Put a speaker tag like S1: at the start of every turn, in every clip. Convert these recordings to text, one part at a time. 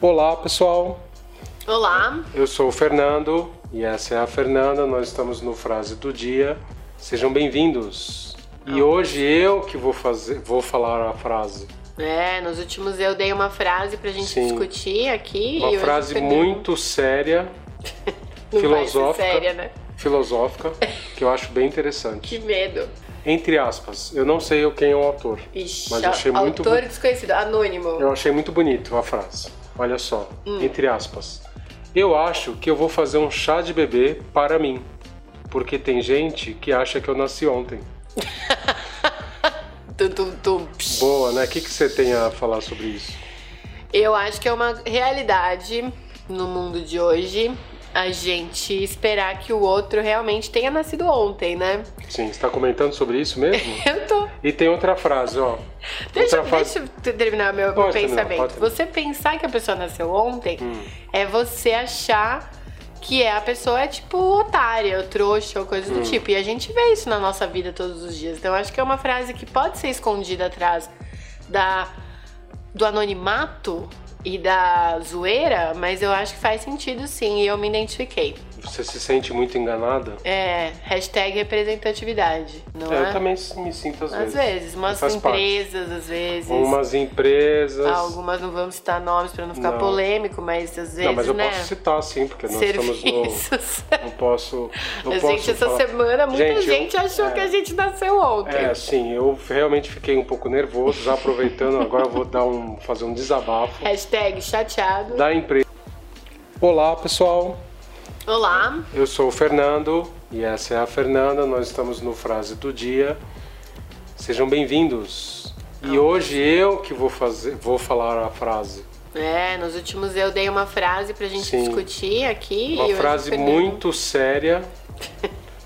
S1: Olá, pessoal.
S2: Olá.
S1: Eu sou o Fernando e essa é a Fernanda. Nós estamos no Frase do Dia. Sejam bem-vindos. E hoje eu que vou fazer, vou falar a frase.
S2: É, nos últimos eu dei uma frase pra gente
S1: Sim.
S2: discutir aqui. e
S1: Uma
S2: hoje
S1: frase
S2: você deu-
S1: muito séria,
S2: Não vai ser
S1: filosófica.
S2: séria, né?
S1: filosófica, que eu acho bem interessante.
S2: Que medo.
S1: Entre aspas, eu não sei quem é o autor.
S2: Ixi,
S1: Mas eu achei
S2: autor
S1: muito bu-
S2: desconhecido, anônimo.
S1: Eu achei muito bonito a frase. Olha só,
S2: Hum.
S1: entre aspas. Eu acho que eu vou fazer um chá de bebê para mim, porque tem gente que acha que eu nasci ontem.
S2: Tum, tum, tum. Psh.
S1: Boa, né? O que, que você tem a falar sobre isso?
S2: Eu acho que é uma realidade no mundo de hoje a gente esperar que o outro realmente tenha nascido ontem, né?
S1: Sim, você está comentando sobre isso mesmo?
S2: Eu tô.
S1: E tem outra frase, ó.
S2: Deixa,
S1: outra frase.
S2: deixa eu te- terminar meu, meu
S1: Pode terminar,
S2: pensamento.
S1: pode terminar. Hum.
S2: você pensar que a pessoa nasceu ontem é você achar que é a pessoa é tipo otária, ou trouxa, ou coisa do
S1: Hum.
S2: tipo. E a gente vê isso na nossa vida todos os dias. Então eu acho que é uma frase que pode ser escondida atrás da, do anonimato e da zoeira, mas eu acho que faz sentido sim, e eu me identifiquei.
S1: Você se sente muito enganada?
S2: É, hashtag representatividade, não
S1: É,
S2: é?
S1: eu também me sinto às,
S2: Às
S1: vezes.
S2: vezes, umas
S1: Faz parte.
S2: empresas, às vezes.
S1: Umas empresas.
S2: Algumas não vamos citar nomes pra não ficar
S1: Não.
S2: polêmico, mas às vezes,
S1: não, mas eu
S2: né?
S1: posso citar sim, porque nós estamos
S2: serviços.
S1: no. Não posso. Não
S2: a
S1: posso
S2: gente, essa
S1: falar.
S2: semana, muita
S1: Gente,
S2: gente,
S1: eu-
S2: achou
S1: é.
S2: que a gente nasceu ontem.
S1: É, sim, eu realmente fiquei um pouco nervoso, já aproveitando, agora eu vou dar um, fazer um desabafo
S2: Hashtag chateado.
S1: da empresa. Olá, pessoal.
S2: Olá.
S1: Eu sou o Fernando e essa é a Fernanda. Nós estamos no Frase do Dia. Sejam bem-vindos. E hoje eu que vou fazer, vou falar a frase.
S2: É, nos últimos eu dei uma frase pra gente
S1: Sim.
S2: discutir aqui. e
S1: Uma
S2: hoje o
S1: frase
S2: Fernando
S1: muito séria,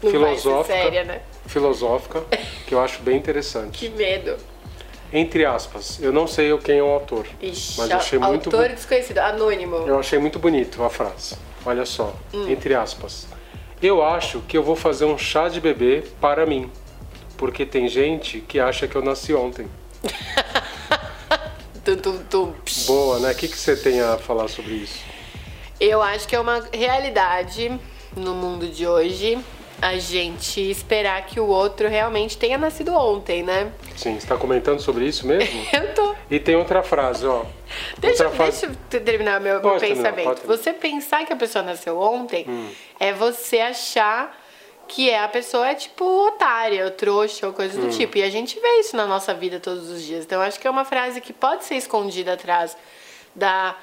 S2: não
S1: filosófica.
S2: Vai ser séria, né?
S1: filosófica, que eu acho bem interessante.
S2: Que medo.
S1: Entre aspas, eu não sei quem é o autor,
S2: Ixi,
S1: mas eu achei
S2: autor
S1: muito
S2: desconhecido, anônimo.
S1: Eu achei muito bonito a frase. Olha só,
S2: Hum.
S1: entre aspas. Eu acho que eu vou fazer um chá de bebê para mim, porque tem gente que acha que eu nasci ontem.
S2: Tum, tum, tum. Psh.
S1: Boa, né? O que, que você tem a falar sobre isso?
S2: Eu acho que é uma realidade no mundo de hoje a gente esperar que o outro realmente tenha nascido ontem, né?
S1: Sim, você está comentando sobre isso mesmo?
S2: Eu tô.
S1: E tem outra frase, ó.
S2: Deixa,
S1: outra frase.
S2: deixa eu te- terminar meu
S1: Pode terminar,
S2: pensamento.
S1: pode terminar. Hum.
S2: Você pensar que a pessoa nasceu ontem é você achar que é a pessoa é tipo otária, ou trouxa, ou coisa
S1: Hum.
S2: do tipo. E a gente vê isso na nossa vida todos os dias. Então eu acho que é uma frase que pode ser escondida atrás da,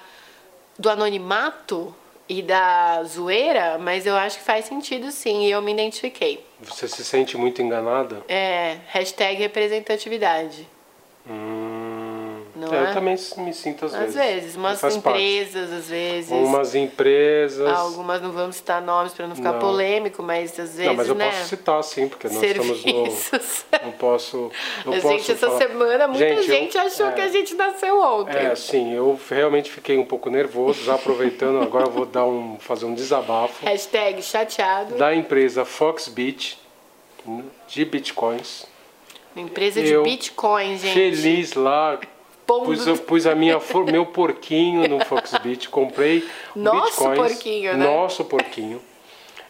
S2: do anonimato e da zoeira, mas eu acho que faz sentido sim, e eu me identifiquei.
S1: Você se sente muito enganada?
S2: É, hashtag representatividade.
S1: Hum,
S2: Não
S1: é,
S2: é?
S1: Eu também me sinto às, vezes.
S2: Às vezes, umas
S1: Faz parte.
S2: empresas, às vezes.
S1: Umas empresas.
S2: Algumas não vamos citar nomes pra não ficar
S1: Não.
S2: polêmico, mas às vezes,
S1: não, mas eu
S2: né?
S1: posso citar sim, porque nós estamos no.
S2: serviços.
S1: Não posso. Não
S2: a
S1: posso
S2: gente, essa
S1: falar.
S2: semana, muita gente,
S1: eu-
S2: achou
S1: é.
S2: que a gente nasceu ontem.
S1: É, sim, eu realmente fiquei um pouco nervoso, já aproveitando, agora eu vou dar um, fazer um
S2: É
S1: desabafo
S2: Hashtag chateado.
S1: da empresa Foxbit de bitcoins.
S2: Empresa de
S1: Eu-
S2: Bitcoin, gente.
S1: Feliz lá,
S2: Pondo-
S1: pus, eu pus a minha for- meu porquinho no Foxbit, comprei
S2: Nosso
S1: bitcoins,
S2: porquinho, né?
S1: nosso porquinho.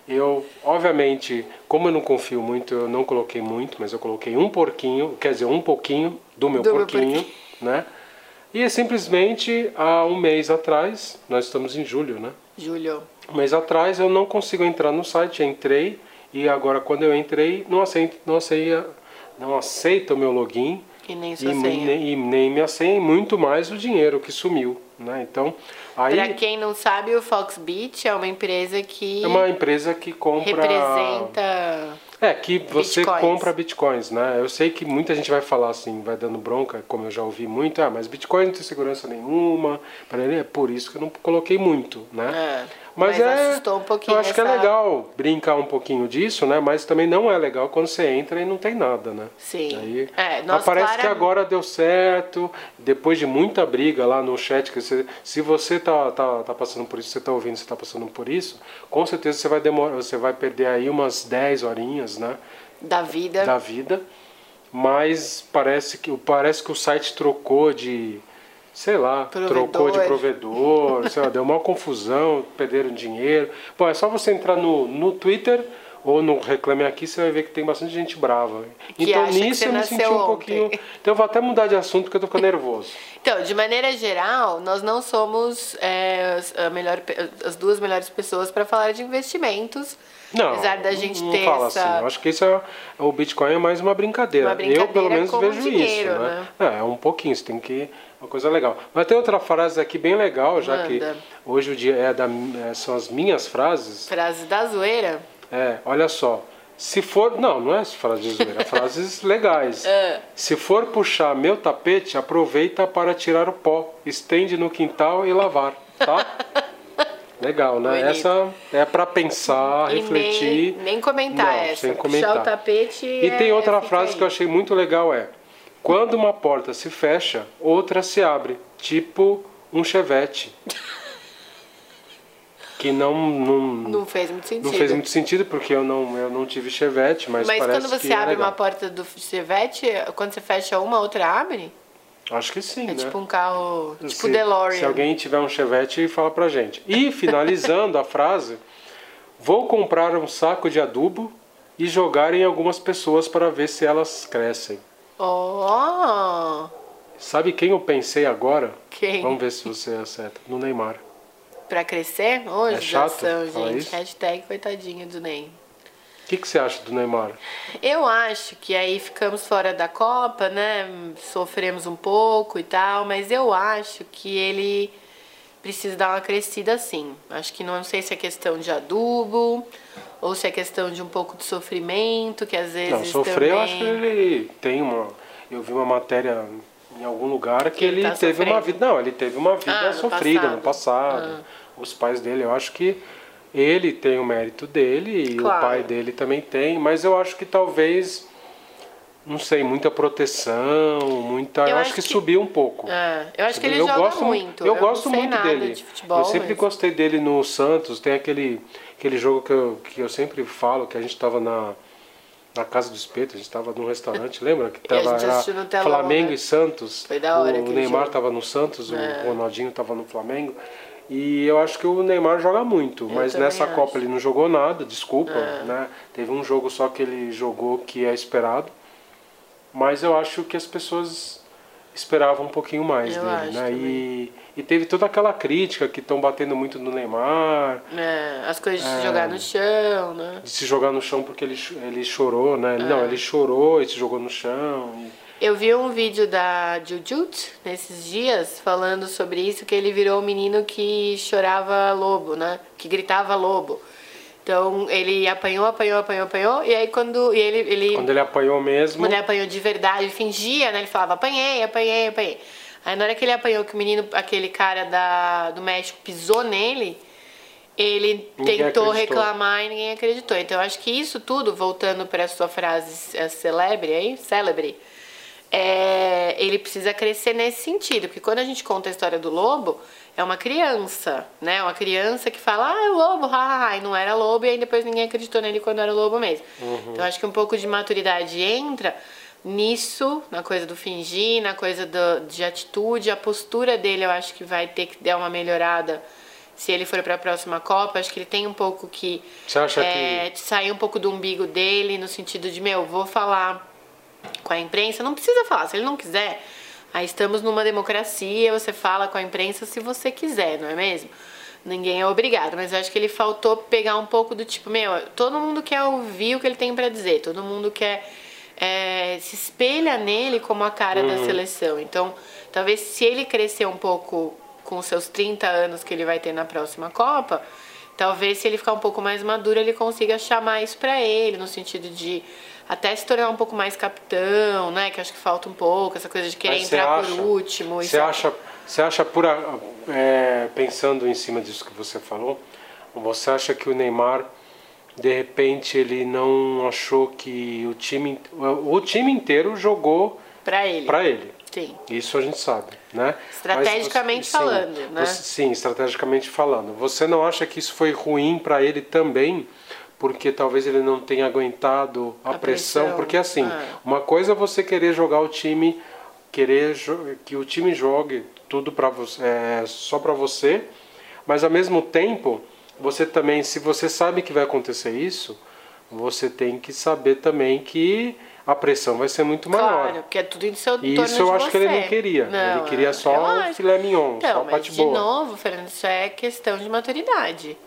S1: Eu, obviamente, como eu não confio muito, eu não coloquei muito, mas eu coloquei um porquinho, quer dizer, um pouquinho do meu
S2: Do meu
S1: porquinho,
S2: porquinho.
S1: né? E é simplesmente há um mês atrás, nós estamos em julho, né?
S2: Júlio.
S1: Um mês atrás eu não consigo entrar no site, entrei e agora quando eu entrei não aceita, não aceita, não aceita o meu login
S2: E nem sua
S1: e
S2: senha.
S1: nem, e nem minha senha e muito mais o dinheiro que sumiu, né? Então aí
S2: Pra quem não sabe, o Foxbit é uma empresa que
S1: é uma empresa que compra
S2: representa.
S1: É, que você
S2: Bitcoins.
S1: compra bitcoins, né? Eu sei que muita gente vai falar assim, vai dando bronca, como eu já ouvi muito, ah, mas bitcoin não tem segurança nenhuma, parará, é por isso que eu não coloquei muito, né?
S2: É,
S1: mas
S2: mas
S1: é,
S2: assustou um pouquinho
S1: eu acho que é
S2: essa-
S1: legal brincar um pouquinho disso, né? Mas também não é legal quando você entra e não tem nada, né?
S2: Sim.
S1: Aí,
S2: É, nós
S1: mas parece que
S2: claramente-
S1: agora deu certo, depois de muita briga lá no chat, que você- se você tá, tá, tá passando por isso, você tá ouvindo, você tá passando por isso, com certeza você vai demorar, você vai perder aí umas 10 horinhas, né,
S2: Da vida.
S1: da vida. Mas parece que, parece que o site trocou de sei lá,
S2: Provedor.
S1: trocou de provedor, sei lá, deu uma confusão, perderam dinheiro. Bom, é só você entrar no, no Twitter ou no Reclame Aqui, você vai ver que tem bastante gente brava.
S2: Que
S1: então
S2: acha que
S1: nisso
S2: você
S1: eu me
S2: nasceu
S1: senti um
S2: ontem.
S1: pouquinho. Então eu vou até mudar de assunto porque eu tô ficando nervoso.
S2: Então, de maneira geral, nós não somos é, as, a melhor pe- as duas melhores pessoas para falar de investimentos.
S1: Não.
S2: apesar da gente
S1: não
S2: ter
S1: fala
S2: essa.
S1: assim. Eu acho que isso é, o Bitcoin é mais uma brincadeira.
S2: Uma brincadeira
S1: eu pelo menos
S2: com o
S1: vejo
S2: dinheiro,
S1: isso,
S2: né?
S1: né? É, é um pouquinho, você tem que uma coisa legal. Mas tem outra frase aqui bem legal, já que
S2: Manda.
S1: hoje o dia é da, é, são as minhas frases.
S2: Frase da zoeira.
S1: É, olha só. Se for, não, não é frase de zoeira, é frases legais.
S2: É.
S1: Se for puxar meu tapete, aproveita para tirar o pó, estende no quintal e lavar, tá? Legal, né?
S2: Bonito.
S1: Essa é para pensar,
S2: E
S1: refletir.
S2: Nem, nem comentar
S1: Não,
S2: essa.
S1: sem
S2: Puxar
S1: comentar.
S2: o tapete. é assim
S1: E tem outra frase que eu
S2: acho.
S1: achei muito legal é: quando uma porta se fecha, outra se abre, tipo um chevette. que não não,
S2: Não fez muito sentido.
S1: não fez muito sentido porque eu não eu não tive chevette, mas,
S2: Mas
S1: parece
S2: quando você
S1: que é
S2: abre
S1: legal.
S2: uma porta do chevette, quando você fecha uma, a outra abre?
S1: Acho que sim,
S2: É
S1: né?
S2: tipo um carro. Tipo
S1: se,
S2: DeLorean.
S1: Se alguém tiver um chevette, fala pra gente. E finalizando a frase, vou comprar um saco de adubo e jogar em algumas pessoas para ver se elas crescem.
S2: Oh!
S1: Sabe quem eu pensei agora?
S2: Quem?
S1: Vamos ver se você acerta. No Neymar.
S2: Pra crescer? Hoje,
S1: É chato falar
S2: gente.
S1: isso?
S2: Hashtag coitadinho do Ney.
S1: O que, que você acha do Neymar?
S2: Eu acho que aí ficamos fora da Copa, né? Sofremos um pouco e tal, mas eu acho que ele precisa dar uma crescida sim. Acho que não sei se é questão de adubo ou se é questão de um pouco de sofrimento, que às vezes
S1: Não, sofreu, eu
S2: também...
S1: acho que ele tem uma. Eu vi vi uma matéria em algum lugar que
S2: Ele
S1: ele,
S2: tá
S1: teve uma
S2: sofrendo.
S1: vida. Não, ele teve uma
S2: Ah,
S1: vida
S2: no
S1: sofrida no
S2: passado. Ah.
S1: passado. Os pais dele, eu acho que ele tem o mérito dele e
S2: Claro.
S1: o pai dele também tem, mas eu acho que talvez. Não sei, muita proteção, muita. Eu, acho que, subiu um pouco.
S2: É, eu acho que ele
S1: eu
S2: joga
S1: gosto,
S2: muito.
S1: Eu,
S2: não
S1: gosto
S2: sei
S1: muito
S2: nada
S1: dele.
S2: de futebol.
S1: eu sempre
S2: mas-
S1: gostei dele no Santos. Tem aquele, aquele jogo que eu, que eu sempre falo, que a gente estava na, na Casa do Espeto, a gente estava num restaurante, lembra? Que
S2: a
S1: tava,
S2: gente
S1: era
S2: assistiu no telão,
S1: Flamengo
S2: né?
S1: e Santos.
S2: Foi da hora
S1: O
S2: aquele
S1: Neymar
S2: jogo. É.
S1: estava no Santos, o Ronaldinho estava no Flamengo. E eu acho que o Neymar joga muito, mas
S2: também
S1: nessa
S2: acho. É.
S1: Copa ele não jogou nada, desculpa, né? Teve um jogo só que ele jogou que é esperado. Mas eu acho que as pessoas esperavam um pouquinho mais
S2: Eu
S1: dele,
S2: acho
S1: né?
S2: também.
S1: E, e teve toda aquela crítica que estão batendo muito no Neymar,
S2: É, as coisas de se jogar no chão, né?
S1: de se jogar no chão porque ele, cho- ele chorou,
S2: É.
S1: né? Não, ele chorou e se jogou no chão. e-
S2: Eu vi um vídeo da Jujut nesses dias falando sobre isso, que ele virou o menino que chorava lobo, né? Que gritava lobo. Então ele apanhou, apanhou, apanhou, apanhou, e aí quando e ele, ele
S1: Quando ele apanhou mesmo.
S2: quando ele apanhou de verdade, ele fingia, né? Ele falava, apanhei, apanhei, apanhei. Aí na hora que ele apanhou, que o menino, aquele cara da, do México pisou nele, ele
S1: Ninguém
S2: tentou
S1: acreditou.
S2: reclamar e ninguém acreditou. Então eu acho que isso tudo, voltando para a sua frase é, celebre aí, célebre, é, ele precisa crescer nesse sentido. Porque quando a gente conta a história do lobo, é uma criança, né? Uma criança que fala, ah, é lobo, ha, ha, ha", e não era lobo, e aí depois ninguém acreditou nele quando era lobo mesmo.
S1: Uhum.
S2: Então acho que um pouco de maturidade entra nisso, na coisa do fingir, na coisa do- de atitude, a postura dele eu acho que vai ter que dar uma melhorada se ele for para a próxima Copa. Acho que ele tem um pouco que
S1: Você acha
S2: é, de sair um pouco do umbigo dele, no sentido de, meu, vou falar com a imprensa, não precisa falar, se ele não quiser. Aí estamos numa democracia, você fala com a imprensa se você quiser, não é mesmo? Ninguém é obrigado, mas eu acho que ele faltou pegar um pouco do tipo, meu, todo mundo quer ouvir o que ele tem pra dizer, todo mundo quer é, se espelha nele como a cara da seleção. Então, talvez se ele crescer um pouco com os seus 30 anos que ele vai ter na próxima Copa, talvez se ele ficar um pouco mais maduro, ele consiga chamar isso pra ele, no sentido de até se tornar um pouco mais capitão, né? Que acho que falta um pouco, essa coisa de querer
S1: Mas você
S2: entrar
S1: acha-
S2: por último. é
S1: Você acha, você acha por a- é, pensando em cima disso que você falou, você acha que o Neymar de repente ele não achou que o time, o time inteiro jogou
S2: Pra ele.
S1: para ele?
S2: Sim.
S1: Isso a gente sabe, né?
S2: Estrategicamente
S1: Mas
S2: falando, né?
S1: você- sim, estrategicamente falando. Você não acha que isso foi ruim para ele também? Porque talvez ele não tenha aguentado a,
S2: A pressão,
S1: pressão. Porque assim,
S2: ah.
S1: uma coisa é você querer jogar o time querer jo- que o time jogue tudo para você, é, só para você, mas ao mesmo tempo, você também, se você sabe que vai acontecer isso, você tem que saber também que a pressão vai ser muito maior.
S2: Claro, porque é tudo em seu
S1: E
S2: torno
S1: isso
S2: de
S1: eu acho que ele
S2: você.
S1: não queria.
S2: Não,
S1: ele queria
S2: eu
S1: só o
S2: acho.
S1: filé mignon,
S2: Então,
S1: só a
S2: mas
S1: parte
S2: de
S1: boa.
S2: novo, Fernando, isso é questão de maturidade.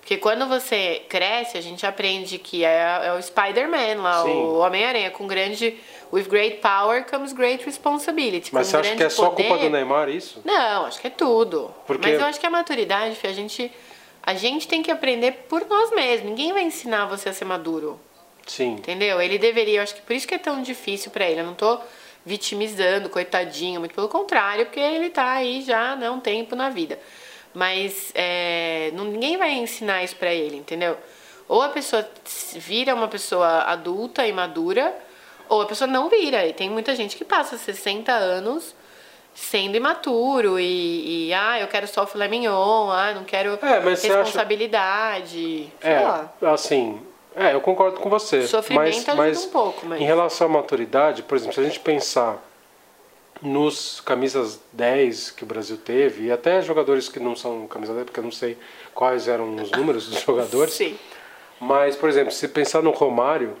S2: Porque quando você cresce, a gente aprende que é, é o Spider-Man lá,
S1: Sim.
S2: o Homem-Aranha, com grande. With great power comes great responsibility.
S1: Mas
S2: com
S1: você acha que
S2: Um grande
S1: é só
S2: poder,
S1: culpa do Neymar isso?
S2: Não, acho que é tudo.
S1: Porque-
S2: Mas eu acho que a maturidade, Fê, a gente, a gente tem que aprender por nós mesmos. Ninguém vai ensinar você a ser maduro.
S1: Sim.
S2: Entendeu? Ele deveria, eu acho que por isso que é tão difícil pra ele. Eu não tô vitimizando, coitadinho, muito pelo contrário, porque ele tá aí já né, um tempo na vida. Mas é, não- ninguém vai ensinar isso pra ele, entendeu? Ou a pessoa s- vira uma pessoa adulta e madura, ou a pessoa não vira. E tem muita gente que passa 60 anos sendo imaturo e, e, ah, eu quero só o filé mignon, ah, não quero
S1: É, mas você acha-
S2: responsabilidade. Sei
S1: é,
S2: lá.
S1: assim, é, eu concordo com você.
S2: Sofrimento
S1: mas,
S2: ajuda
S1: mas
S2: um pouco, mas-
S1: Em relação à maturidade, por exemplo, se a gente pensar nos camisas 10 que o Brasil teve, e até jogadores que não são camisa 10, porque eu não sei quais eram os números dos jogadores,
S2: Sim.
S1: Mas, por exemplo, se pensar no Romário,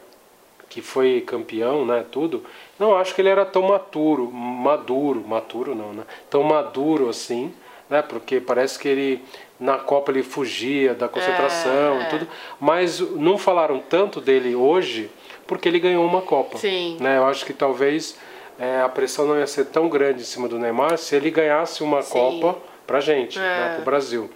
S1: que foi campeão, né, tudo, não acho que ele era tão maturo, maduro, maturo não, né? Tão maduro assim, né? Porque parece que ele na Copa ele fugia da concentração
S2: É,
S1: e
S2: é.
S1: tudo, mas não falaram tanto dele hoje porque ele ganhou uma Copa.
S2: Sim.
S1: Né? Eu acho que talvez é, a pressão não ia ser tão grande em cima do Neymar se ele ganhasse uma
S2: Sim.
S1: Copa pra gente,
S2: É.
S1: né, pro Brasil.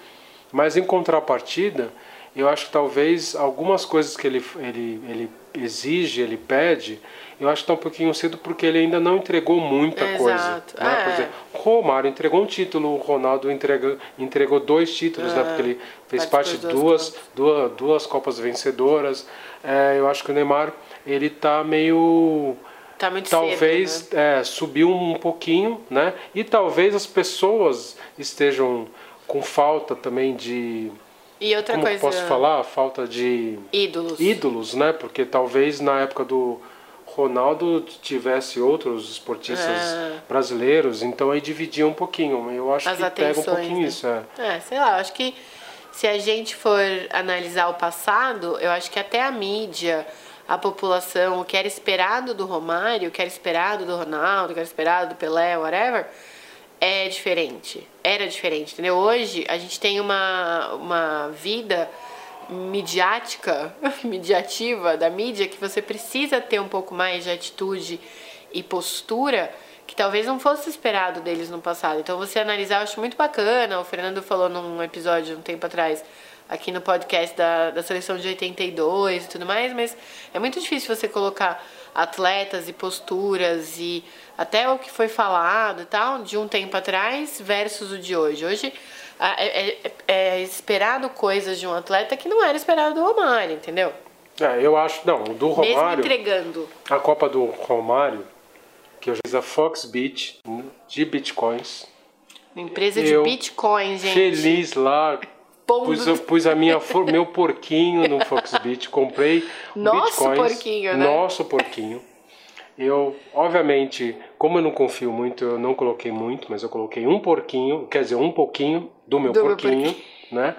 S1: Mas em contrapartida, eu acho que talvez algumas coisas que ele, ele, ele exige, ele pede, eu acho que tá um pouquinho cedo porque ele ainda não entregou muita
S2: Exato.
S1: coisa. Né? Por
S2: É.
S1: exemplo, o Romário entregou um título, o Ronaldo entrega, entregou dois títulos, né? porque ele fez parte de
S2: É. Participou de
S1: duas,
S2: duas
S1: duas, duas Copas vencedoras. É, eu acho que o Neymar, ele tá meio
S2: Tá muito cedo,
S1: talvez
S2: né?
S1: é, subiu um pouquinho, né? E talvez as pessoas estejam com falta também de.
S2: E outra
S1: como que
S2: coisa.
S1: posso falar? Falta de
S2: Ídolos.
S1: ídolos, né? Porque talvez na época do Ronaldo tivesse outros esportistas
S2: Ah.
S1: brasileiros, então aí dividia um pouquinho. Eu acho
S2: As
S1: que pega um
S2: atenções,
S1: pouquinho
S2: né?
S1: isso. É.
S2: É, sei lá, eu acho que se a gente for analisar o passado, eu acho que até a mídia, a população, o que era esperado do Romário, o que era esperado do Ronaldo, o que era esperado do Pelé, whatever, é diferente. Era diferente, entendeu? Hoje a gente tem uma, uma vida midiática, midiativa da mídia, que você precisa ter um pouco mais de atitude e postura que talvez não fosse esperado deles no passado. Então você analisar, eu acho muito bacana. O Fernando falou num episódio um tempo atrás aqui no podcast da, da seleção de 82 e tudo mais, mas é muito difícil você colocar atletas e posturas e até o que foi falado e tal de um tempo atrás versus o de hoje. Hoje a- é, é- é esperado coisas de um atleta que não era esperado do Romário, entendeu?
S1: É, eu acho, não, o do
S2: Mesmo
S1: Romário.
S2: entregando.
S1: A Copa do Romário, que eu fiz a Fox Beach de bitcoins.
S2: Uma empresa
S1: Eu-
S2: de bitcoin, gente.
S1: Feliz lá.
S2: Pondo-
S1: Pus, eu pus a minha, for- meu porquinho no Fox Beach, comprei
S2: Nosso
S1: bitcoins,
S2: porquinho, né?
S1: Nosso porquinho. Eu, obviamente, como eu não confio muito, eu não coloquei muito, mas eu coloquei um porquinho, quer dizer, um pouquinho do meu,
S2: Do meu
S1: porquinho,
S2: porquinho.
S1: né?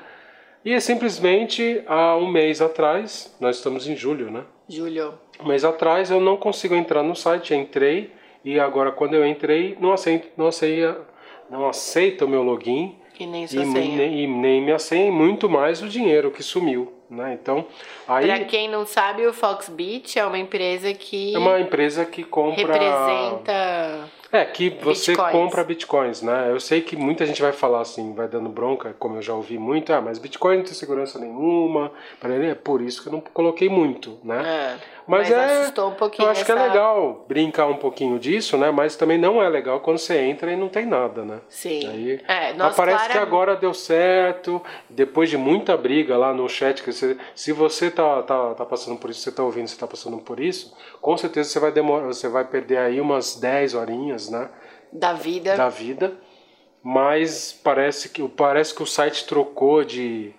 S1: E simplesmente há um mês atrás, nós estamos em julho, né?
S2: Júlio.
S1: Um mês atrás eu não consigo entrar no site, entrei e agora quando eu entrei não aceito, não aceita, não aceita o meu login
S2: E nem
S1: e,
S2: sua senha.
S1: nem, e nem minha senha e muito mais o dinheiro que sumiu, né? Então aí
S2: Pra quem não sabe, o Fox Beach é uma empresa que
S1: é uma empresa que compra
S2: representa.
S1: É, que você
S2: Bitcoins.
S1: compra bitcoins, né? Eu sei que muita gente vai falar assim, vai dando bronca, como eu já ouvi muito, ah, mas bitcoin não tem segurança nenhuma, parará, é por isso que eu não coloquei muito, né?
S2: É,
S1: Mas,
S2: mas
S1: é,
S2: assustou um pouquinho
S1: Eu acho que é
S2: essa-
S1: legal brincar um pouquinho disso, né? Mas também não é legal quando você entra e não tem nada, né?
S2: Sim.
S1: Aí,
S2: É,
S1: mas
S2: nós
S1: parece que
S2: claramente-
S1: agora deu certo, depois de muita briga lá no chat, que você- se você tá, tá, tá passando por isso, você tá ouvindo, você tá passando por isso, com certeza você vai demorar, você vai perder aí umas 10 horinhas, né?
S2: da vida.
S1: da vida, mas parece que, parece que o site trocou de,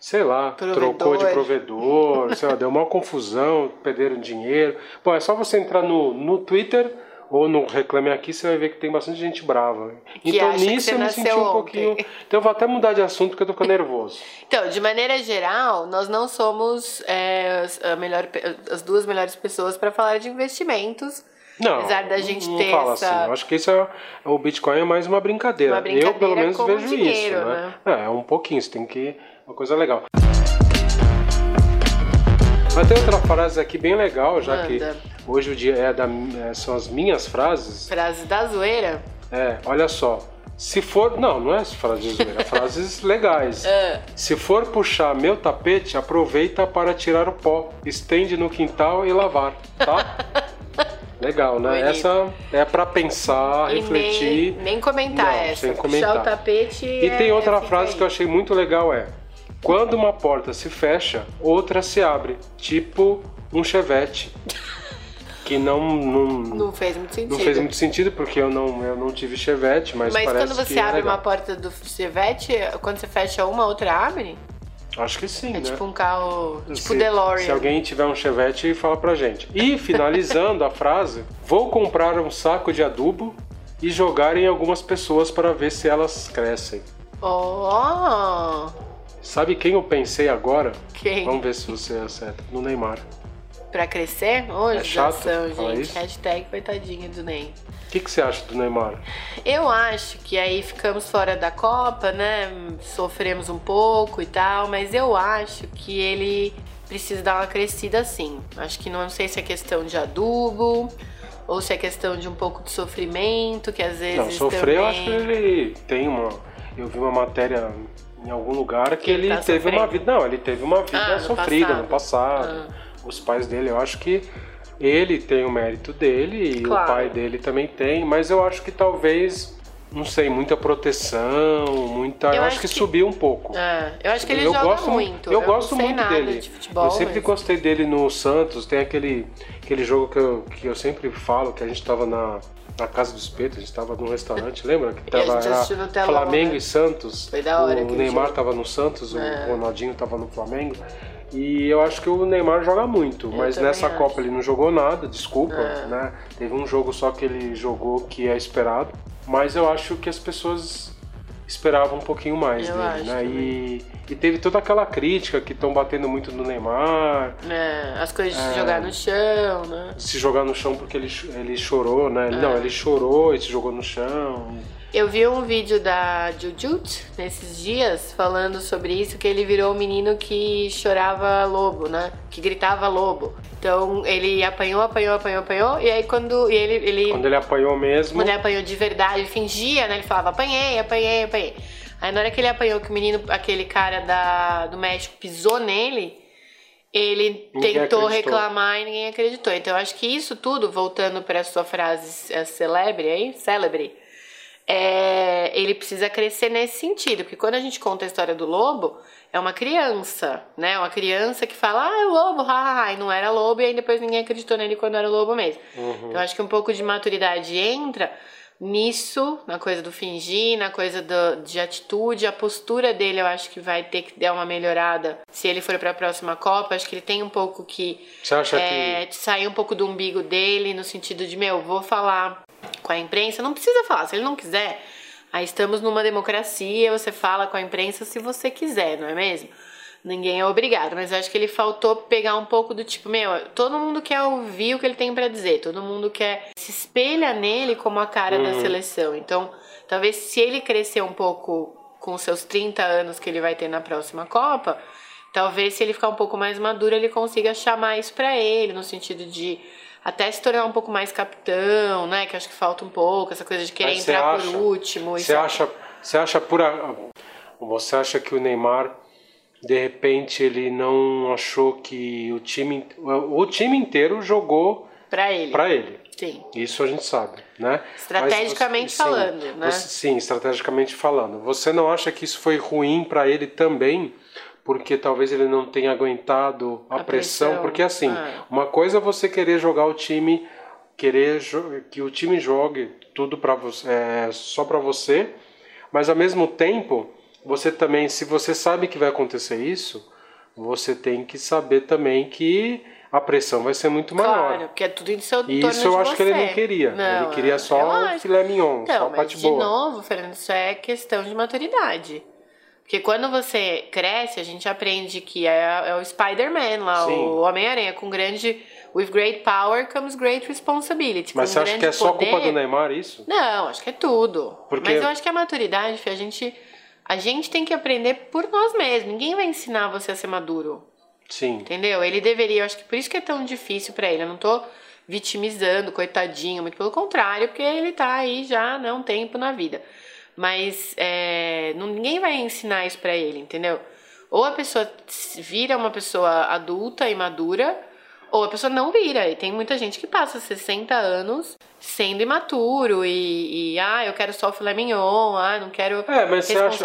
S1: sei lá,
S2: Provedor.
S1: trocou de provedor, sei lá, deu uma confusão, perderam dinheiro. Bom, é só você entrar no, no Twitter ou no Reclame Aqui, você vai ver que tem bastante gente brava.
S2: Que
S1: então
S2: acha que
S1: nisso
S2: você
S1: eu me
S2: nasceu
S1: senti um
S2: ontem.
S1: pouquinho. Então eu vou até mudar de assunto porque eu tô ficando nervoso.
S2: Então, de maneira geral, nós não somos é, as, a melhor pe- as duas melhores pessoas para falar de investimentos.
S1: Não.
S2: Apesar da gente
S1: não
S2: ter
S1: fala
S2: essa-
S1: assim. Eu acho que isso é o Bitcoin é mais uma brincadeira.
S2: Uma
S1: eu
S2: brincadeira
S1: pelo menos
S2: com
S1: vejo
S2: dinheiro,
S1: isso, né? É, é um pouquinho, você tem que uma coisa legal. Mas tem outra frase aqui bem legal, já que
S2: Manda.
S1: hoje o dia é da, é, são as minhas frases.
S2: Frase da zoeira.
S1: É, olha só. Se for. Não, não é frase de zoeira, é frases legais.
S2: Ah,
S1: Se for puxar meu tapete, aproveita para tirar o pó, estende no quintal e lavar, tá? Legal, né?
S2: Bonito.
S1: Essa é para pensar,
S2: e
S1: refletir.
S2: nem, nem comentar
S1: Não,
S2: essa.
S1: sem
S2: Puxar
S1: comentar.
S2: o tapete é
S1: E tem
S2: assim
S1: outra frase que eu
S2: acho.
S1: achei muito legal é: quando uma porta se fecha, outra se abre, tipo um chevette. que não não,
S2: Não fez muito sentido.
S1: não fez muito sentido porque eu não eu não tive chevette, mas,
S2: Mas
S1: parece
S2: quando você
S1: que é
S2: abre
S1: legal.
S2: uma porta do Chevette, quando você fecha uma, outra abre?
S1: Acho que sim,
S2: É
S1: né?
S2: tipo um carro, tipo
S1: se,
S2: DeLorean.
S1: se alguém tiver um chevette, fala pra gente. E finalizando a frase, vou comprar um saco de adubo e jogar em algumas pessoas para ver se elas crescem.
S2: Oh,
S1: Sabe quem eu pensei agora?
S2: quem?
S1: Vamos ver se você acerta. No Neymar.
S2: Pra crescer? Hoje,
S1: É chato falar
S2: gente.
S1: isso?
S2: Hashtag coitadinha do Ney.
S1: O que, que você acha do Neymar?
S2: Eu acho que aí ficamos fora da Copa, né? Sofremos um pouco e tal, mas eu acho que ele precisa dar uma crescida sim. Acho que não sei se é questão de adubo ou se é questão de um pouco de sofrimento, que às vezes
S1: Não, sofrer, eu acho que
S2: também-
S1: ele tem uma. Eu vi uma matéria em algum lugar que
S2: ele
S1: ele,
S2: tá
S1: teve uma
S2: sofrendo.
S1: vida. Não, ele teve uma
S2: Ah,
S1: vida
S2: no
S1: sofrida no
S2: passado. Ah.
S1: passado. Os pais dele, eu acho que ele tem o mérito dele e
S2: Claro.
S1: o pai dele também tem, mas eu acho que talvez. Não sei, muita proteção, muita. Eu, acho que, subiu um pouco.
S2: É, eu acho que ele
S1: eu
S2: joga
S1: gosto,
S2: muito.
S1: Eu, gosto
S2: não sei
S1: muito
S2: nada
S1: dele.
S2: De futebol,
S1: eu sempre
S2: mas-
S1: gostei dele no Santos. Tem aquele, aquele jogo que eu, que eu sempre falo, que a gente tava na, na Casa do Espeto, a gente tava num restaurante, lembra? Que
S2: a
S1: tava
S2: gente
S1: era
S2: assistiu no telão,
S1: Flamengo
S2: né?
S1: e Santos.
S2: Foi da hora
S1: O
S2: aquele
S1: Neymar
S2: jogo.
S1: tava no Santos,
S2: É.
S1: o Ronaldinho tava no Flamengo. E eu acho que o Neymar joga muito, mas
S2: também
S1: nessa
S2: acho.
S1: Copa ele não jogou nada, desculpa,
S2: É.
S1: né? Teve um jogo só que ele jogou que é esperado, mas eu acho que as pessoas esperavam um pouquinho mais
S2: Eu
S1: dele,
S2: acho
S1: né?
S2: também.
S1: E, e teve toda aquela crítica que estão batendo muito no Neymar,
S2: É, as coisas de jogar no chão, né?
S1: de se jogar no chão porque ele, cho- ele chorou,
S2: É.
S1: né? Não, ele chorou e se jogou no chão.
S2: Eu vi um vídeo da Jujut nesses dias falando sobre isso, que ele virou um menino que chorava lobo, né? Que gritava lobo. Então ele apanhou, apanhou, apanhou, apanhou, e aí quando e ele, ele
S1: Quando ele apanhou mesmo,
S2: Quando ele apanhou de verdade, ele fingia, né? Ele falava, apanhei, apanhei, apanhei. Aí na hora que ele apanhou, que o menino, aquele cara da, do México pisou nele, ele
S1: Ninguém acreditou.
S2: tentou reclamar e ninguém acreditou. Então eu acho que isso tudo, voltando para sua frase é, celebre aí, célebre, é, ele precisa crescer nesse sentido, porque quando a gente conta a história do lobo, é uma criança, né? Uma criança que fala, ah, é lobo, ha, ha, ha, e não era lobo, e aí depois ninguém acreditou nele quando era lobo mesmo. Então, eu acho que um pouco de maturidade entra nisso, na coisa do fingir, na coisa do- de atitude, a postura dele eu acho que vai ter que dar uma melhorada se ele for para a próxima Copa. Acho que ele tem um pouco que
S1: você acha
S2: é, de sair um pouco do umbigo dele, no sentido de, meu, vou falar com a imprensa. Não precisa falar, se ele não quiser. Aí estamos numa democracia, você fala com a imprensa se você quiser, não é mesmo? Ninguém é obrigado, mas eu acho que ele faltou pegar um pouco do tipo, meu, todo mundo quer ouvir o que ele tem pra dizer, todo mundo quer se espelha nele como a cara da seleção. Então, talvez se ele crescer um pouco com os seus 30 anos que ele vai ter na próxima Copa, Talvez se ele ficar um pouco mais maduro, ele consiga chamar isso pra ele, no sentido de até se tornar um pouco mais capitão, né? Que acho que falta um pouco, essa coisa de querer
S1: Mas você
S2: entrar
S1: acha?
S2: por último.
S1: Você
S2: isso- é
S1: acha, você acha por a- você acha que o Neymar de repente ele não achou que o time o time inteiro jogou
S2: Pra ele.
S1: pra ele?
S2: Sim.
S1: Isso a gente sabe, né? Mas
S2: Estrategicamente falando, né?
S1: você- sim, estrategicamente falando. Você não acha que isso foi ruim pra ele também? Porque talvez ele não tenha aguentado a,
S2: A
S1: pressão,
S2: pressão,
S1: Porque assim,
S2: é.
S1: uma coisa é você querer jogar o time, querer jo- que o time jogue tudo para você, é, só pra você, mas ao mesmo tempo, você também, se você sabe que vai acontecer isso, você tem que saber também que a pressão vai ser muito maior.
S2: Claro, porque é tudo em seu
S1: E
S2: torno
S1: isso eu
S2: de
S1: acho que ele não
S2: você.
S1: queria.
S2: Não, é,
S1: ele queria
S2: eu
S1: só o
S2: acho.
S1: filé mignon, só
S2: Então,
S1: a
S2: mas
S1: parte
S2: de
S1: boa.
S2: novo, Fernando, isso é questão de maturidade. Porque quando você cresce, a gente aprende que é, é o Spider-Man lá,
S1: Sim.
S2: o Homem-Aranha, com grande. With great power comes great responsibility.
S1: mas
S2: com
S1: você acha que é
S2: um grande
S1: só
S2: poder,
S1: culpa do Neymar isso?
S2: Não, acho que é tudo.
S1: Porque-
S2: Mas eu acho que a maturidade, Fih, a gente, a gente tem que aprender por nós mesmos. Ninguém vai ensinar você a ser maduro.
S1: Sim.
S2: Entendeu? Ele deveria, eu acho que por isso que é tão difícil pra ele. Eu não tô vitimizando, coitadinho, muito pelo contrário, porque ele tá aí já né, um tempo na vida. Mas é, não- ninguém vai ensinar isso pra ele, entendeu? Ou a pessoa se- vira uma pessoa adulta e madura, ou a pessoa não vira. E tem muita gente que passa 60 anos sendo imaturo e, e, ah, eu quero só o filé mignon, ah, não quero
S1: É, mas você acha.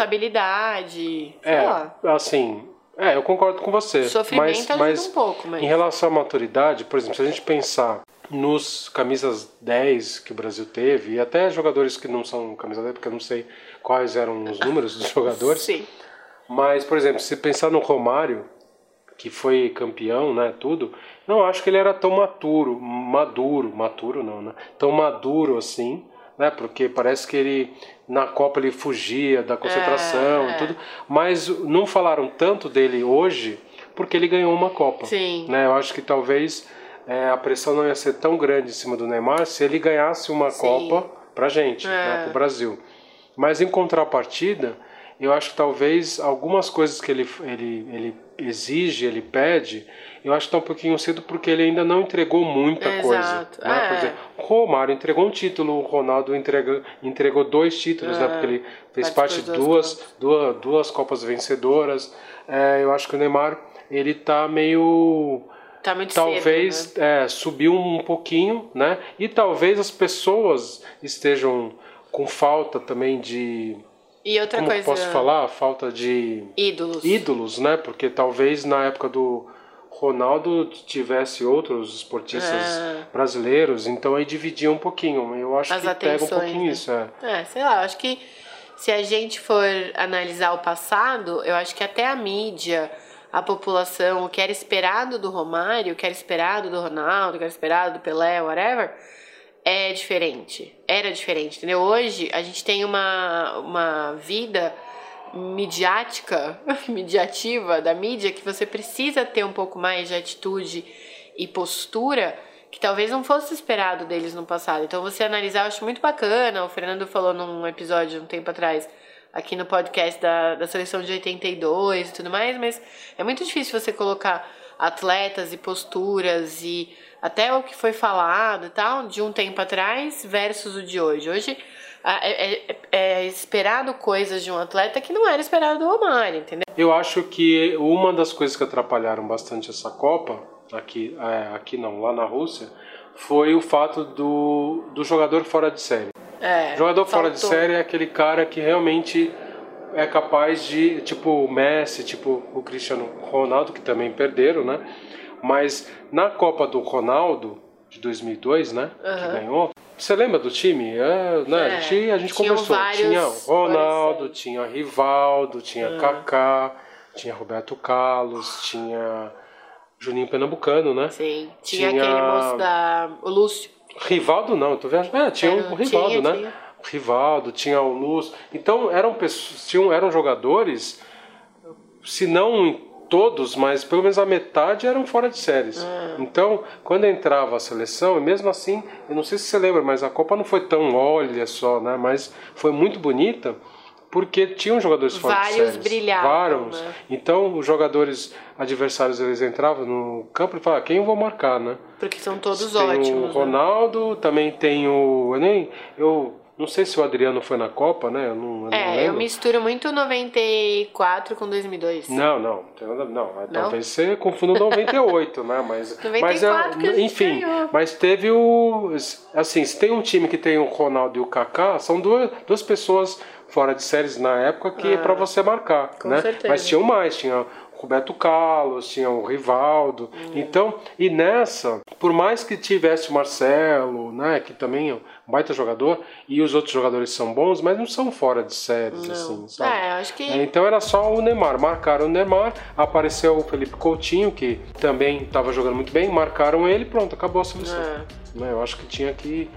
S2: responsabilidade. Sei
S1: É,
S2: lá.
S1: assim. É, eu concordo com você.
S2: Sofrimento
S1: mas,
S2: ajuda
S1: mas
S2: um pouco, mas.
S1: Em relação à maturidade, por exemplo, se a gente pensar nos camisas 10 que o Brasil teve, e até jogadores que não são camisa 10, porque eu não sei quais eram os números dos jogadores,
S2: Sim.
S1: mas, por exemplo, se pensar no Romário, que foi campeão, né, tudo, não acho que ele era tão maturo, maduro, maturo não, né, tão maduro assim, né, porque parece que ele, na Copa ele fugia da concentração
S2: É,
S1: e
S2: é.
S1: tudo, mas não falaram tanto dele hoje, porque ele ganhou uma Copa,
S2: Sim.
S1: né, eu acho que talvez é, a pressão não ia ser tão grande em cima do Neymar se ele ganhasse uma
S2: Sim.
S1: Copa pra gente,
S2: É.
S1: né, pro Brasil. Mas em contrapartida, eu acho que talvez algumas coisas que ele, ele, ele exige, ele pede, eu acho que tá um pouquinho cedo porque ele ainda não entregou muita
S2: Exato,
S1: coisa. Né?
S2: é.
S1: Por exemplo, o Romário entregou um título, o Ronaldo entrega, entregou dois títulos, né? Porque ele fez parte de
S2: É, Participou de duas
S1: duas, duas, duas Copas vencedoras. É, eu acho que o Neymar, ele tá meio
S2: Tá muito
S1: talvez
S2: cedo, né?
S1: é, subiu um pouquinho, né? E talvez as pessoas estejam com falta também de.
S2: né? E outra
S1: como que
S2: coisa.
S1: posso falar? Falta de
S2: Ídolos.
S1: ídolos, né? Porque talvez na época do Ronaldo tivesse outros esportistas
S2: É.
S1: brasileiros, então aí dividia um pouquinho. Eu acho
S2: As
S1: que pega um
S2: atenções,
S1: pouquinho
S2: né?
S1: isso, é.
S2: É, sei lá, eu acho que se a gente for analisar o passado, eu acho que até a mídia, a população, o que era esperado do Romário, o que era esperado do Ronaldo, o que era esperado do Pelé, whatever, é diferente. Era diferente, entendeu? Hoje a gente tem uma, uma vida midiática, midiativa da mídia, que você precisa ter um pouco mais de atitude e postura que talvez não fosse esperado deles no passado. Então você analisar, eu acho muito bacana. O Fernando falou num episódio um tempo atrás aqui no podcast da, da seleção de 82 e tudo mais, mas é muito difícil você colocar atletas e posturas e até o que foi falado e tal de um tempo atrás versus o de hoje. Hoje a- é, é- é esperado coisas de um atleta que não era esperado do Romário, entendeu?
S1: Eu acho que uma das coisas que atrapalharam bastante essa Copa, aqui, é, aqui não, lá na Rússia, foi o fato do, do jogador fora de série.
S2: É,
S1: Jogador fora de
S2: faltou.
S1: série é aquele cara que realmente é capaz de, tipo o Messi, tipo o Cristiano Ronaldo, que também perderam, né? Mas na Copa do Ronaldo de 2002, né? Que
S2: Aham.
S1: ganhou. Você lembra do time? É, né?
S2: É,
S1: a gente, a gente
S2: tinham
S1: conversou.
S2: vários
S1: Tinha o
S2: fora de
S1: Ronaldo,
S2: série.
S1: tinha Rivaldo, tinha Kaká, tinha Roberto Carlos, tinha Juninho Pernambucano, né?
S2: Sim, tinha,
S1: Tinha-
S2: aquele moço da. O Lúcio.
S1: Rivaldo não, eu tô viajando. É, tinha
S2: Era-
S1: o Rivaldo,
S2: tinha,
S1: né?
S2: tinha.
S1: O Rivaldo, tinha o Luz. Então eram pessoas, tinham, eram jogadores, se não em todos, mas pelo menos a metade eram fora de séries.
S2: Ah.
S1: Então, quando entrava a seleção, e mesmo assim, eu não sei se você lembra, mas a Copa não foi tão olha só, né? Mas foi muito bonita. Porque tinham jogadores fora de
S2: Vários
S1: séries.
S2: brilhavam,
S1: Vários.
S2: né?
S1: Então, os jogadores adversários, eles entravam no campo e falavam, quem eu vou marcar, né?
S2: Porque são todos
S1: tem
S2: ótimos.
S1: o
S2: né?
S1: Ronaldo, também tem o. Eu nem. Eu não sei se o Adriano foi na Copa, né? Eu não, eu não
S2: É,
S1: lembro.
S2: eu misturo muito 94 com 2002.
S1: Não, não, tem nada- não, é, Talvez você confunda o 98, né? Mas,
S2: 94 que a
S1: mas é,
S2: gente
S1: enfim,
S2: ganhou.
S1: mas teve o. Assim, se tem um time que tem o Ronaldo e o Kaká, são duas, duas pessoas fora de séries na época que é pra você marcar,
S2: Ah, com
S1: né?
S2: certeza.
S1: Mas tinham mais, tinha o Roberto Carlos, tinha o Rivaldo.
S2: Hum.
S1: Então, e nessa, por mais que tivesse o Marcelo, né? Que também um baita jogador, e os outros jogadores são bons, mas não são fora de séries, assim, sabe?
S2: É, acho que.
S1: É, Então era só o Neymar. Marcaram o Neymar, apareceu o Felipe Coutinho, que também estava jogando muito bem, marcaram ele, pronto, acabou a seleção.
S2: É.
S1: Né, Eu acho que tinha que.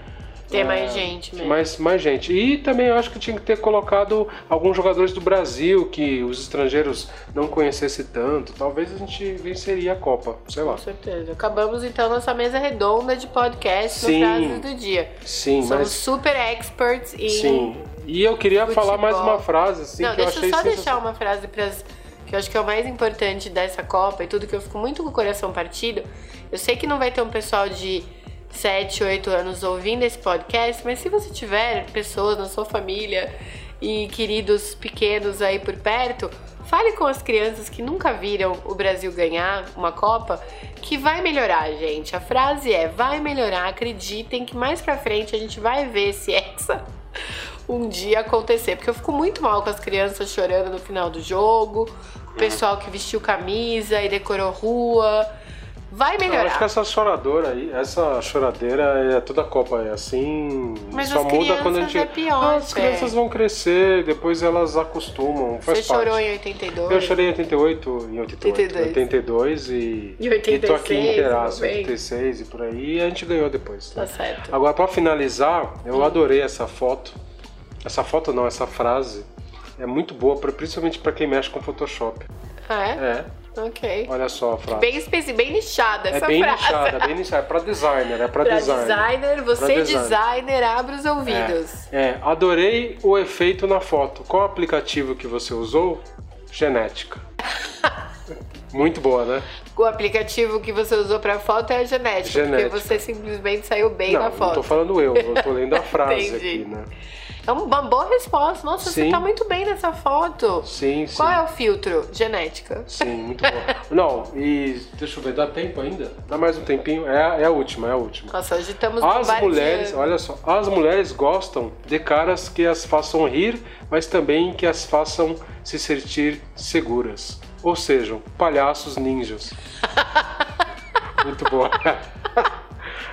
S2: Ter mais gente mesmo.
S1: Mais, mais gente. E também eu acho que tinha que ter colocado alguns jogadores do Brasil que os estrangeiros não conhecessem tanto. Talvez a gente venceria a Copa, sei lá.
S2: Com certeza. Acabamos então nossa mesa redonda de podcast
S1: Sim.
S2: no frases do dia.
S1: Sim,
S2: Somos
S1: mas.
S2: super experts em.
S1: Sim. E eu queria
S2: Futebol.
S1: falar mais uma frase, assim,
S2: Não,
S1: que eu
S2: deixa
S1: achei
S2: eu só deixar
S1: sensacional.
S2: uma frase pras, que eu acho que é o mais importante dessa Copa e tudo que eu fico muito com o coração partido. Eu sei que não vai ter um pessoal de 7, 8 anos ouvindo esse podcast, mas se você tiver pessoas na sua família e queridos pequenos aí por perto, fale com as crianças que nunca viram o Brasil ganhar uma Copa, que vai melhorar, gente. A frase é: vai melhorar, acreditem que mais pra frente a gente vai ver se é essa um dia acontecer. Porque eu fico muito mal com as crianças chorando no final do jogo, o pessoal que vestiu camisa e decorou rua.
S1: Eu
S2: Vai
S1: acho que assim
S2: melhorar.
S1: essa choradora aí, essa choradeira é toda a Copa, é assim.
S2: Mas
S1: só
S2: as
S1: muda quando a
S2: crianças
S1: gente.
S2: é pior,
S1: Ah, as
S2: Fê.
S1: crianças vão crescer, depois elas acostumam. Faz
S2: Você
S1: parte.
S2: chorou em 82?
S1: Eu chorei em 88, em 88,
S2: 82.
S1: 82 e,
S2: E 86,
S1: e tô aqui em Inteiraço,
S2: também.
S1: 86 e por aí, e a gente ganhou depois. né?
S2: Tá certo. Hum.
S1: Agora, pra finalizar, eu adorei essa foto. Essa foto não, essa frase. É muito boa, pra- principalmente pra quem mexe com Photoshop.
S2: Ah, é?
S1: É,
S2: Ok.
S1: olha só a frase.
S2: Bem específica, bem nichada
S1: é
S2: essa
S1: bem
S2: frase.
S1: nichada, bem nichada. É pra designer, é pra,
S2: Pra
S1: designer.
S2: designer, você
S1: Pra designer.
S2: designer. abre os ouvidos.
S1: É, adorei o efeito na foto. Qual aplicativo que você usou? Genética. muito boa, né?
S2: O aplicativo que você usou pra foto é a genética,
S1: Genética.
S2: porque você simplesmente saiu bem
S1: não,
S2: na
S1: não
S2: foto.
S1: tô falando eu, eu tô lendo a frase
S2: Entendi.
S1: aqui, né?
S2: É uma boa resposta. Nossa,
S1: Sim.
S2: você tá muito bem nessa foto.
S1: Sim, sim.
S2: Qual é o filtro? Genética.
S1: Sim, muito bom. Não, e deixa eu ver, dá tempo ainda? Dá mais um tempinho? É, a- é a última, é a última.
S2: Nossa, hoje estamos
S1: As
S2: bombardeando.
S1: mulheres, olha só, as mulheres gostam de caras que as façam rir, mas também que as façam se sentir seguras. Ou sejam, palhaços ninjas. muito boa.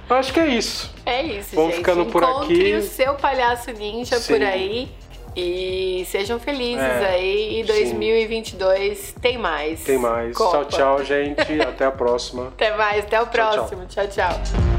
S1: Acho que é isso.
S2: É isso,
S1: Vamos
S2: gente.
S1: ficando por
S2: Encontre
S1: aqui.
S2: o seu palhaço ninja
S1: Sim.
S2: por aí. E sejam felizes
S1: É,
S2: aí. E
S1: sim.
S2: 2022 tem mais.
S1: Tem mais.
S2: Copa.
S1: Tchau, tchau, gente. Até a próxima.
S2: Até mais. Até o
S1: tchau.
S2: próximo. tchau. tchau.